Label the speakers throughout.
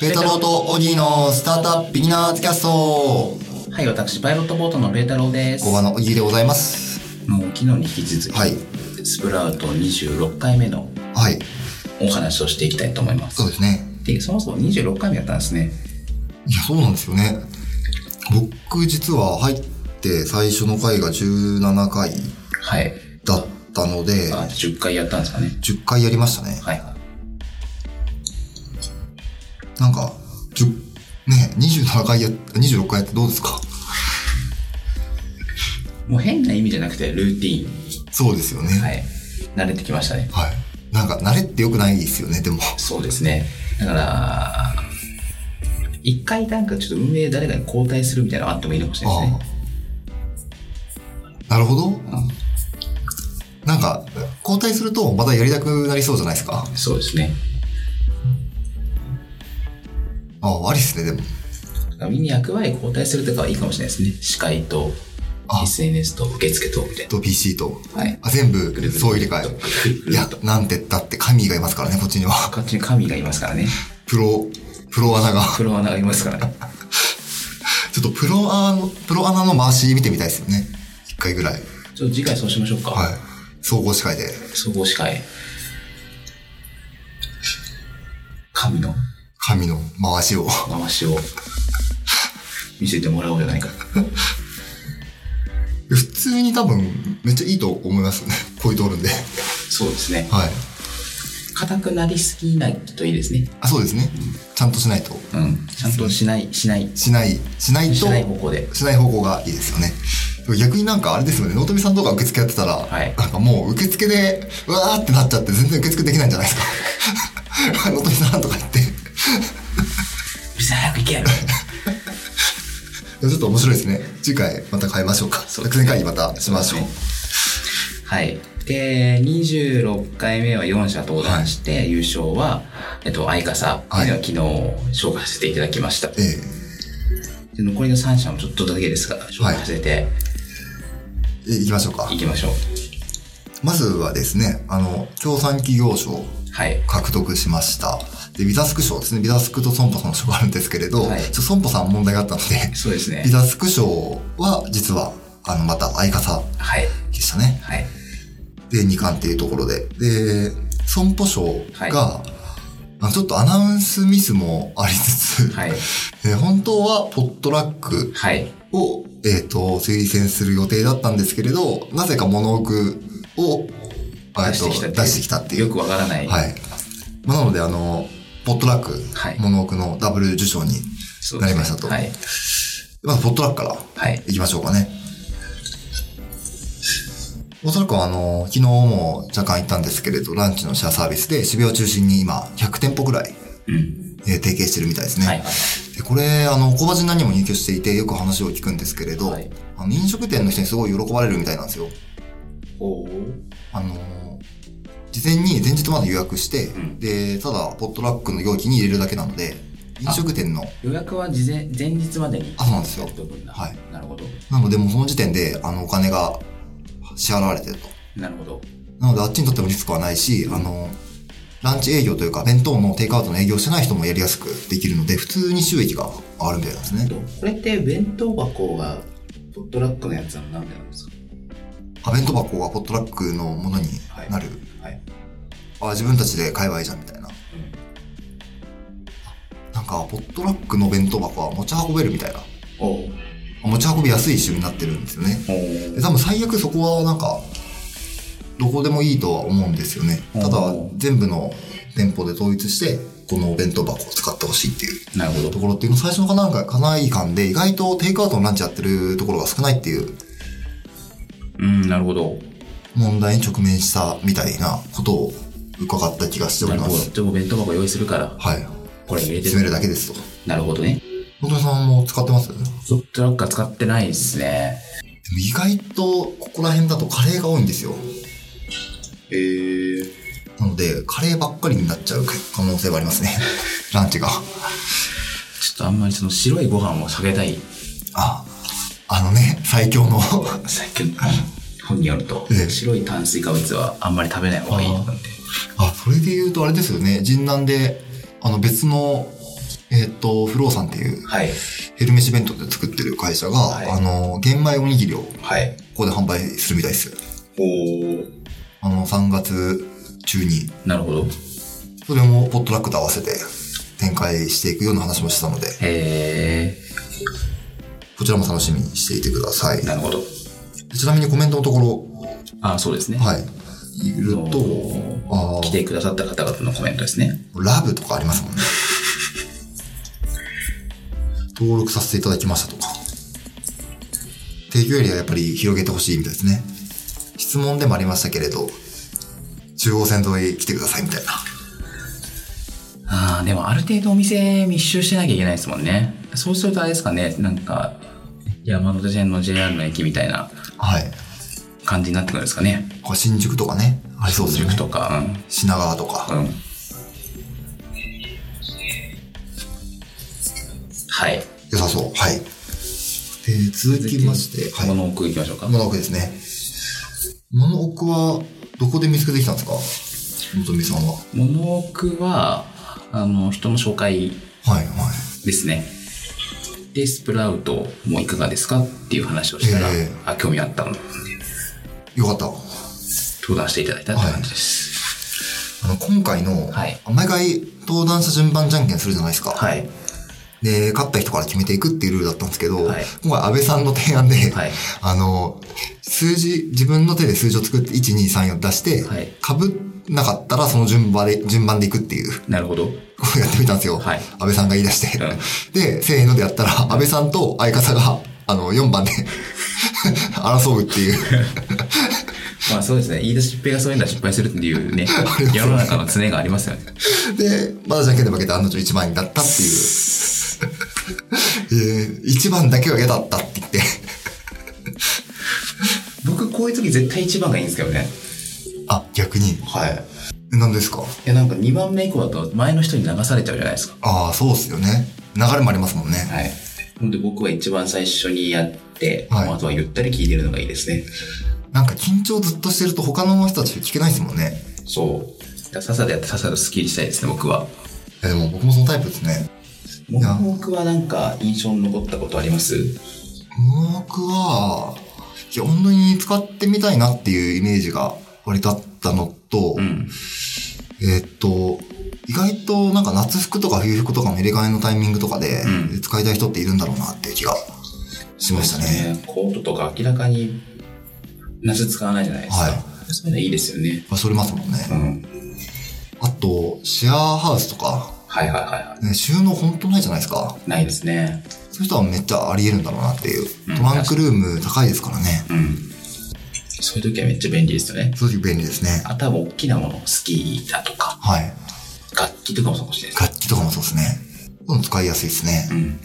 Speaker 1: ベータローとオギーのスタートアップビギナーズキャスト
Speaker 2: はい、私、パイロットボートのベータローです。
Speaker 1: 5話のオギーでございます。
Speaker 2: もう昨日に引き続き、
Speaker 1: はい。
Speaker 2: スプラウト26回目の
Speaker 1: はい。
Speaker 2: お話をしていきたいと思います。
Speaker 1: そうですね。
Speaker 2: で、そもそも26回目やったんですね。
Speaker 1: いや、そうなんですよね。僕実は入って最初の回が17回
Speaker 2: はい。
Speaker 1: だったので、
Speaker 2: あ、10回やったんですかね。
Speaker 1: 10回やりましたね。
Speaker 2: はい。
Speaker 1: なんか、10ね、27回や、26回やってどうですか
Speaker 2: もう変な意味じゃなくて、ルーティー
Speaker 1: そうですよね。
Speaker 2: ン。はい。慣れてきましたね。
Speaker 1: はい。なんか慣れって良くないですよね、でも。
Speaker 2: そうですね。だから、一回なんかちょっと運営誰かに交代するみたいなのあってもいいかもしれないですね。
Speaker 1: ああなるほど。なんか、交代するとまたやりたくなりそうじゃないですか。
Speaker 2: そうですね。
Speaker 1: ああ、ありですね、でも。
Speaker 2: だからみんな役割交代するとかはいいかもしれないですね。司会と
Speaker 1: あ
Speaker 2: SNS と受付とみたい
Speaker 1: と PC と。
Speaker 2: な。はい。
Speaker 1: あ、全部
Speaker 2: ぐるぐ、る
Speaker 1: そう入れ替え。いや、なんて言ったって神がいますからね、こっちには。
Speaker 2: こっちに神がいますからね。
Speaker 1: プロ、プロアナが。
Speaker 2: プロアナがいますからね。
Speaker 1: ちょっとプロアナ、プロアナの回し見てみたいですよね。一回ぐらい。
Speaker 2: ちょっと次回そうしましょうか。
Speaker 1: はい。総合司会で。
Speaker 2: 総合司会。神の
Speaker 1: 神の回しを。
Speaker 2: 回しを見せてもらおうじゃないか。
Speaker 1: 普通に多分、めっちゃいいと思いますね。こういうとおるんで。
Speaker 2: そうですね。
Speaker 1: はい。
Speaker 2: 硬くなりすぎないといいですね。
Speaker 1: あ、そうですね。ちゃんとしないと。
Speaker 2: うん。ちゃんとしない、しない、
Speaker 1: しない、しないと、
Speaker 2: しない方向で。
Speaker 1: しない方向がいいですよね。逆になんかあれですよね、納富さんとか受付やってたら、
Speaker 2: はい
Speaker 1: なんかもう受付で、うわーってなっちゃって全然受付できないんじゃないですか。納 富さんとか言って。
Speaker 2: ビザ早く行け
Speaker 1: ちょっと面白いですね。次回また変えましょうか。
Speaker 2: そう
Speaker 1: 作戦会議またしましょう。
Speaker 2: はい。で、26回目は4社登壇して、優勝は、えっと、相笠っていうのは昨日紹介させていただきました。
Speaker 1: え
Speaker 2: で残りの3社もちょっとだけですが、紹介させて
Speaker 1: えい行きましょうか
Speaker 2: い。きましょう。
Speaker 1: まずはですね、あの、協賛企業賞
Speaker 2: はい。
Speaker 1: 獲得しました。で、ビザスク賞ですね。ビザスクとソンポさんの賞があるんですけれど、
Speaker 2: はい
Speaker 1: ちょっとソンポさん問題があったので、
Speaker 2: そうですね
Speaker 1: ビ。ザスク賞は実は、あの、また相方
Speaker 2: はい。
Speaker 1: でしたね。
Speaker 2: はい。
Speaker 1: で、2巻っていうところで。で、損保賞が、
Speaker 2: は
Speaker 1: あちょっとアナウンスミスもありつつ、
Speaker 2: はい。
Speaker 1: えー本当はポットラック
Speaker 2: はい。
Speaker 1: を、えっ、と、推薦する予定だったんですけれど、なぜか物置を、あえっと
Speaker 2: 出してきたっていう
Speaker 1: 出してきたっていう。
Speaker 2: よくわからない。
Speaker 1: はい。まあ、なので、あの、ポットラック、
Speaker 2: はい
Speaker 1: 物置のダブル受賞に、
Speaker 2: そうですね
Speaker 1: なりましたと
Speaker 2: はい。
Speaker 1: まずポットラックから
Speaker 2: はい。
Speaker 1: いきましょうかね。おそらくあの、昨日も若干行ったんですけれど、ランチのシェアサービスで渋谷を中心に今100店舗くらい、
Speaker 2: うん。
Speaker 1: えー提携してるみたいですね。
Speaker 2: はい。
Speaker 1: でこれ、あの、小橋何にも入居していてよく話を聞くんですけれど、
Speaker 2: はい
Speaker 1: あの飲食店の人にすごい喜ばれるみたいなんですよ。
Speaker 2: おー
Speaker 1: あのー、事前に前日まで予約して、
Speaker 2: うん
Speaker 1: で、ただ、ポットラックの容器に入れるだけなので、飲食店の、
Speaker 2: 予約は事前、前日までに。
Speaker 1: あ、そうなんですよ
Speaker 2: やっ。ておくんだ
Speaker 1: はい。
Speaker 2: なるほど。
Speaker 1: なので、もうその時点で、あの、お金が支払われてると。
Speaker 2: なるほど。
Speaker 1: なのであっちにとってもリスクはないし、あの、ランチ営業というか、弁当のテイクアウトの営業してない人もやりやすくできるので、普通に収益が上がるみたいなんですね。
Speaker 2: これって弁当箱がドットラックのやつはなんでなんですか
Speaker 1: あ、弁当箱がポットラックのものになる。
Speaker 2: はい、
Speaker 1: あ、自分たちで買えばいいじゃんみたいな。なんか、ポットラックの弁当箱は持ち運べるみたいな。
Speaker 2: おお
Speaker 1: 持ち運びやすい仕組みになってるんですよね。で多分最悪そこはなんか、どこでもいいとは思うんですよね。ただ
Speaker 2: うん、
Speaker 1: 全部の店舗で統一して、このお弁当箱を使ってほしいっていう。
Speaker 2: なるほ
Speaker 1: と
Speaker 2: ど
Speaker 1: ころっていうの最初のかなんかかない感で意外とテイクアウトのランチやってるところが少ないっていう
Speaker 2: うんなるほど
Speaker 1: 問題に直面したみたいなことを伺った気がしてお
Speaker 2: な
Speaker 1: りま
Speaker 2: るほど
Speaker 1: す。
Speaker 2: でも弁当箱用意するから
Speaker 1: はい。
Speaker 2: これ入れて
Speaker 1: 詰めるだけですと。
Speaker 2: なるほどね
Speaker 1: 本当にさんも使ってますでも
Speaker 2: ドットラックは使ってないですね
Speaker 1: 意外とここら辺だとカレーが多いんですよ。
Speaker 2: へえ
Speaker 1: なので、カレーばっかりになっちゃう可能性はありますね。 ランチが。
Speaker 2: ちょっとあんまりその白いご飯を下げたい
Speaker 1: あ、あのね、最強の。
Speaker 2: 最近本によると、
Speaker 1: ええ
Speaker 2: 白い炭水化物はあんまり食べない方がいいなんて
Speaker 1: あ、それで言うとあれですよね。人南で、あの別のえっ、と、フローさんっていう
Speaker 2: はい。
Speaker 1: ヘルメシ弁当で作ってる会社が、
Speaker 2: はい
Speaker 1: あの、玄米おにぎりをこ
Speaker 2: はい。
Speaker 1: こで販売するみたいです。
Speaker 2: お
Speaker 1: あの、3月中に、
Speaker 2: なるほど。
Speaker 1: それもポットラックと合わせて展開していくような話もしてたので、
Speaker 2: へ
Speaker 1: こちらも楽しみにしていてください
Speaker 2: え。。なるほど。
Speaker 1: ちなみにコメントのところ、
Speaker 2: あ、そうですね。
Speaker 1: はい、いる
Speaker 2: えっ
Speaker 1: と、あー
Speaker 2: 来てくださった方々のコメントですね。
Speaker 1: ラブとかありますもんね。登録させていただきましたとか。提供エリアやっぱり広げてほしいみたいですね。質問でもありましたけれど、中央線沿い来てくださいみたいな。
Speaker 2: ああ、でもある程度お店密集してなきゃいけないですもんね。そうするとあれですかね、なんか、山手線の JR の駅みたいな
Speaker 1: はい。
Speaker 2: 感じになってくるんですかね。
Speaker 1: これ新宿とかね。ありそうですよね
Speaker 2: 塾。とか、
Speaker 1: 品川と
Speaker 2: うん。
Speaker 1: か。
Speaker 2: うん。はい。
Speaker 1: 良さそう。はい。で、続きまして、はい。
Speaker 2: この奥行きましょうか。
Speaker 1: モノオクですね。モノオクは、どこで見つけてきたんですかのぞみさんは。
Speaker 2: 物置は、あの、人の紹介
Speaker 1: はい、はい。
Speaker 2: ですね。で、スプラウトもいかがですかっていう話をしたら、
Speaker 1: ええ
Speaker 2: あ、興味あったので、
Speaker 1: よかった。
Speaker 2: 登壇していただいたって感じです。
Speaker 1: あの、今回の、
Speaker 2: はい
Speaker 1: 毎回登壇者順番じゃんけんするじゃないですか。
Speaker 2: はい。
Speaker 1: で、勝った人から決めていくっていうルールだったんですけど、
Speaker 2: はい
Speaker 1: 今回安倍さんの提案で、
Speaker 2: はい
Speaker 1: あの、数字、自分の手で数字を作って、1、2、3、4出して、
Speaker 2: はい
Speaker 1: 被んなかったらその順番で、順番でいくっていう。
Speaker 2: なるほど。
Speaker 1: こうやってみたんですよ。
Speaker 2: はい
Speaker 1: 安倍さんが言い出して。
Speaker 2: うん
Speaker 1: で、せーのでやったら、安倍さんと相方が、あの、4番で 争うっていう。
Speaker 2: まあそうですね。言い出しっぺがそういうのは失敗するっていうね、世の中の常がありますよね。
Speaker 1: で、まだじゃんけんで負けて案の定1番になったっていう。 えー、1番だけは嫌だったって言って。
Speaker 2: 僕、こういう時絶対1番がいいんですけどね。
Speaker 1: あ、逆に。
Speaker 2: はい。い
Speaker 1: え何ですか
Speaker 2: や、なんか2番目以降だと前の人に流されちゃうじゃないですか。
Speaker 1: ああ、そうっすよね。流れもありますもんね。
Speaker 2: はい。ほんで僕は一番最初にやって、
Speaker 1: はい
Speaker 2: あとはゆったり聞いてるのがいいですね。
Speaker 1: なんか緊張ずっとしてると他の人たち聞けないですもんね。
Speaker 2: そう。だささでやってささとスッキリしたいですね、僕は。
Speaker 1: えでも僕もそのタイプですね。や
Speaker 2: 僕はなんか印象に残ったことあります
Speaker 1: 僕は、いや、本当に使ってみたいなっていうイメージが割とあったのと、
Speaker 2: うん。
Speaker 1: えーっと、意外となんか夏服とか冬服とかも入れ替えのタイミングとかで、
Speaker 2: う
Speaker 1: 使いたい人っているんだろうなっていう気がしましたね。
Speaker 2: ね。コートとか明らかに夏使わないじゃないですか。
Speaker 1: は
Speaker 2: そういうのいいですよね。
Speaker 1: それますもんね。
Speaker 2: うん。
Speaker 1: あと、シェアハウスとか、
Speaker 2: はいはいはいは
Speaker 1: ね、収納本当ないじゃないですか。
Speaker 2: い。ないですね。
Speaker 1: そういう人はめっちゃあり得るんだろうなっていう
Speaker 2: うん。
Speaker 1: トランクルーム高いですからね。
Speaker 2: うん。そういう時はめっちゃ便利ですよね。
Speaker 1: そういう時便利ですね。
Speaker 2: あとは大きなもの、スキーだとか、
Speaker 1: はい。
Speaker 2: 楽器とかもそうかもしれないで
Speaker 1: 楽器とかもそうですね。うん使いやすいですね。
Speaker 2: す。うん。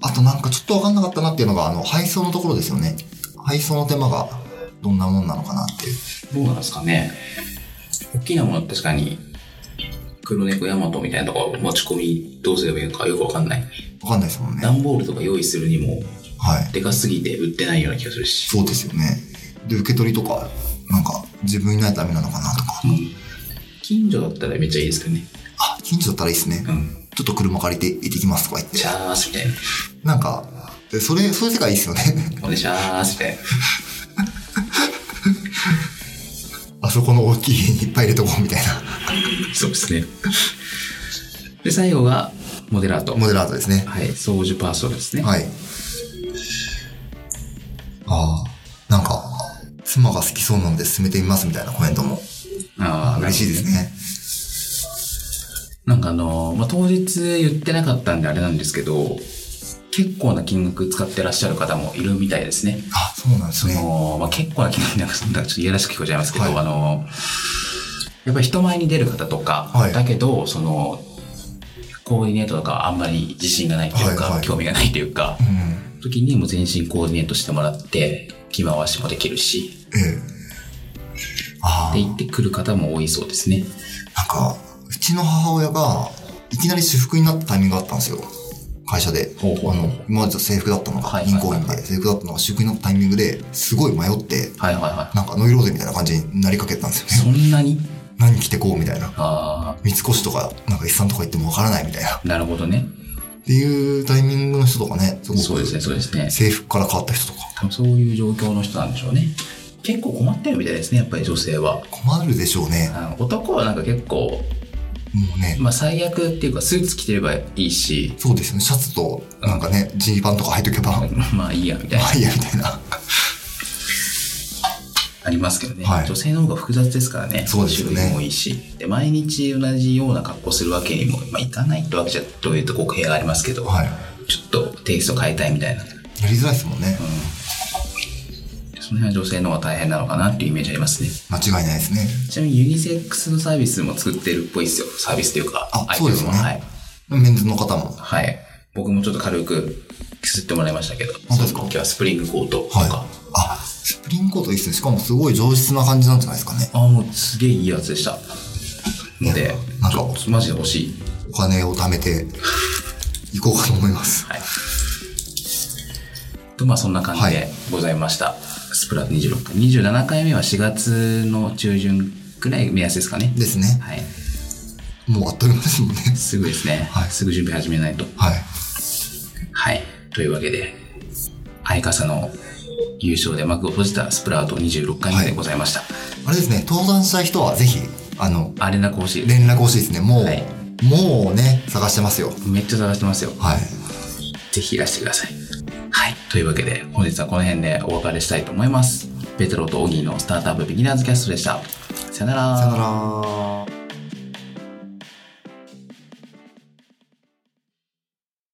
Speaker 1: あとなんかちょっとわかんなかったなっていうのが、あの、配送のところですよね。配送の手間がどんなもんなのかなっていう。
Speaker 2: どうなんですかね。大きなものは確かに、黒猫ヤマトみたいなとこ持ち込みどうすればいいのかよくわかんない。
Speaker 1: わかんないですもんね。
Speaker 2: 段ボールとか用意するにも、
Speaker 1: はい。
Speaker 2: でかすぎて売ってないような気がするし。
Speaker 1: そうですよね。で、受け取りとか、なんか自分いないとダメなのかなとか。
Speaker 2: うん。近所だったらめっちゃいいですけどね。
Speaker 1: あ、近所だったらいいですね。
Speaker 2: うん。
Speaker 1: ちょっと車借りて行ってきますとか言って
Speaker 2: シ。ャースみたいな。
Speaker 1: なんか、でそれ、そういう世界いいですよね。
Speaker 2: おねシャースみたいな。
Speaker 1: あそこの大きい家にいっぱい入れとこうみたいな。
Speaker 2: そうですね。で、最後が、モデラート。
Speaker 1: モデラートですね。
Speaker 2: はい、掃除パーソンですね。
Speaker 1: はい。ああ、なんか、妻が好きそうなので進めてみますみたいなコメントも。
Speaker 2: ああ、
Speaker 1: 嬉しいですね。
Speaker 2: なんかあのーまあ、当日言ってなかったんであれなんですけど、結構な金額使ってらっしゃる方もいるみたいですね。
Speaker 1: あ、そうなんです
Speaker 2: そ
Speaker 1: ね。
Speaker 2: の、まあ、結構な金額なんか、そんなちょっといやらしく聞こえちゃいますけど、
Speaker 1: はい
Speaker 2: あのーやっぱり人前に出る方とか、
Speaker 1: はい
Speaker 2: だけど、その、コーディネートとかあんまり自信がないというか、
Speaker 1: はいはい
Speaker 2: 興味がないというか
Speaker 1: う、ん。
Speaker 2: 時にもう全身コーディネートしてもらって、着回しもできるし、
Speaker 1: ええ。あ
Speaker 2: って
Speaker 1: あ、
Speaker 2: 言ってくる方も多いそうですね。
Speaker 1: なんか、うちの母親が、いきなり私服になったタイミングがあったんですよ。会社で。
Speaker 2: ほうほう
Speaker 1: あ
Speaker 2: ほう
Speaker 1: の、今まで制服だったの
Speaker 2: は
Speaker 1: が、
Speaker 2: いはい
Speaker 1: 銀
Speaker 2: はい
Speaker 1: 行員で制服だったのが私服になったタイミングですごい迷って、
Speaker 2: はいはいは
Speaker 1: なんかノイローゼみたいな感じになりかけてたんです
Speaker 2: い。
Speaker 1: よね。
Speaker 2: そんなに
Speaker 1: 何着てこうみたいな。
Speaker 2: あ
Speaker 1: 三越とか、なんか一産とか行ってもわからないみたいな。
Speaker 2: あ、なるほどね。
Speaker 1: っていうタイミングの人とかね、すご
Speaker 2: そうですね、そうですね。
Speaker 1: 制服から変わった人とか。
Speaker 2: 多分そういう状況の人なんでしょうね。結構困ってるみたいですね、やっぱり女性は。
Speaker 1: 困るでしょうね。
Speaker 2: あの男はなんか結構、
Speaker 1: もうね。
Speaker 2: まあ最悪っていうかスーツ着てればいいし、
Speaker 1: そうですね。シャツと、なんかね、ジーパンとか履いとけば、ま
Speaker 2: まあいいやみたいな、
Speaker 1: あいいや、みたいな。
Speaker 2: ありますけどね、
Speaker 1: はい
Speaker 2: 女性の方が複雑ですからね、
Speaker 1: そうですよね
Speaker 2: 種類も多いし、で毎日同じような格好するわけにも、まあ、いかないってわけじゃというと語弊がありますけど、
Speaker 1: は
Speaker 2: ちょっとテイスト変えたいみたいな、うん
Speaker 1: い。やりづらいですもんね。
Speaker 2: その辺は女性の方が大変なのかなっていうイメージありますね。
Speaker 1: 間違いないですね。
Speaker 2: ちなみにユニセックスのサービスも作ってるっぽいですよ。サービスというか、
Speaker 1: あ
Speaker 2: アイテムも
Speaker 1: そうですよね
Speaker 2: はい。
Speaker 1: メンズの方も。
Speaker 2: はい。僕もちょっと軽く吸ってもらいましたけど、
Speaker 1: 本当ですか
Speaker 2: その時はスプリングコートとか、
Speaker 1: はい。あ、スプリングコートいいですね。しかもすごい上質な感じなんじゃないですかね。
Speaker 2: ああ、もうすげえいいやつでした。の
Speaker 1: い
Speaker 2: で
Speaker 1: や、なん
Speaker 2: ち
Speaker 1: か
Speaker 2: ょっとマジで欲しい。
Speaker 1: お金を貯めて、いこうかと思います。
Speaker 2: はい。と、まあそんな感じ
Speaker 1: は
Speaker 2: で
Speaker 1: い
Speaker 2: ございました。スプラ26回。27回目は4月の中旬くらい目安ですかね。
Speaker 1: ですね。
Speaker 2: はい。
Speaker 1: もうあっという間ですもんね。
Speaker 2: すぐですね。
Speaker 1: はい
Speaker 2: すぐ準備始めないと。
Speaker 1: はい。
Speaker 2: はい。というわけで、相笠の優勝で幕を閉じたスプラウト26回目でございました。
Speaker 1: あれですね、登壇した人はぜひ、あの、
Speaker 2: あれなく欲しいです。
Speaker 1: 連絡欲しいですね。もう、
Speaker 2: はい
Speaker 1: もうね、探してますよ。
Speaker 2: めっちゃ探してますよ。
Speaker 1: はい。
Speaker 2: ぜひいらしてください。はい。というわけで、本日はこの辺でお別れしたいと思います。ペトロとオギーのスタートアップビギナーズキャストでした。さよなら
Speaker 1: さよなら。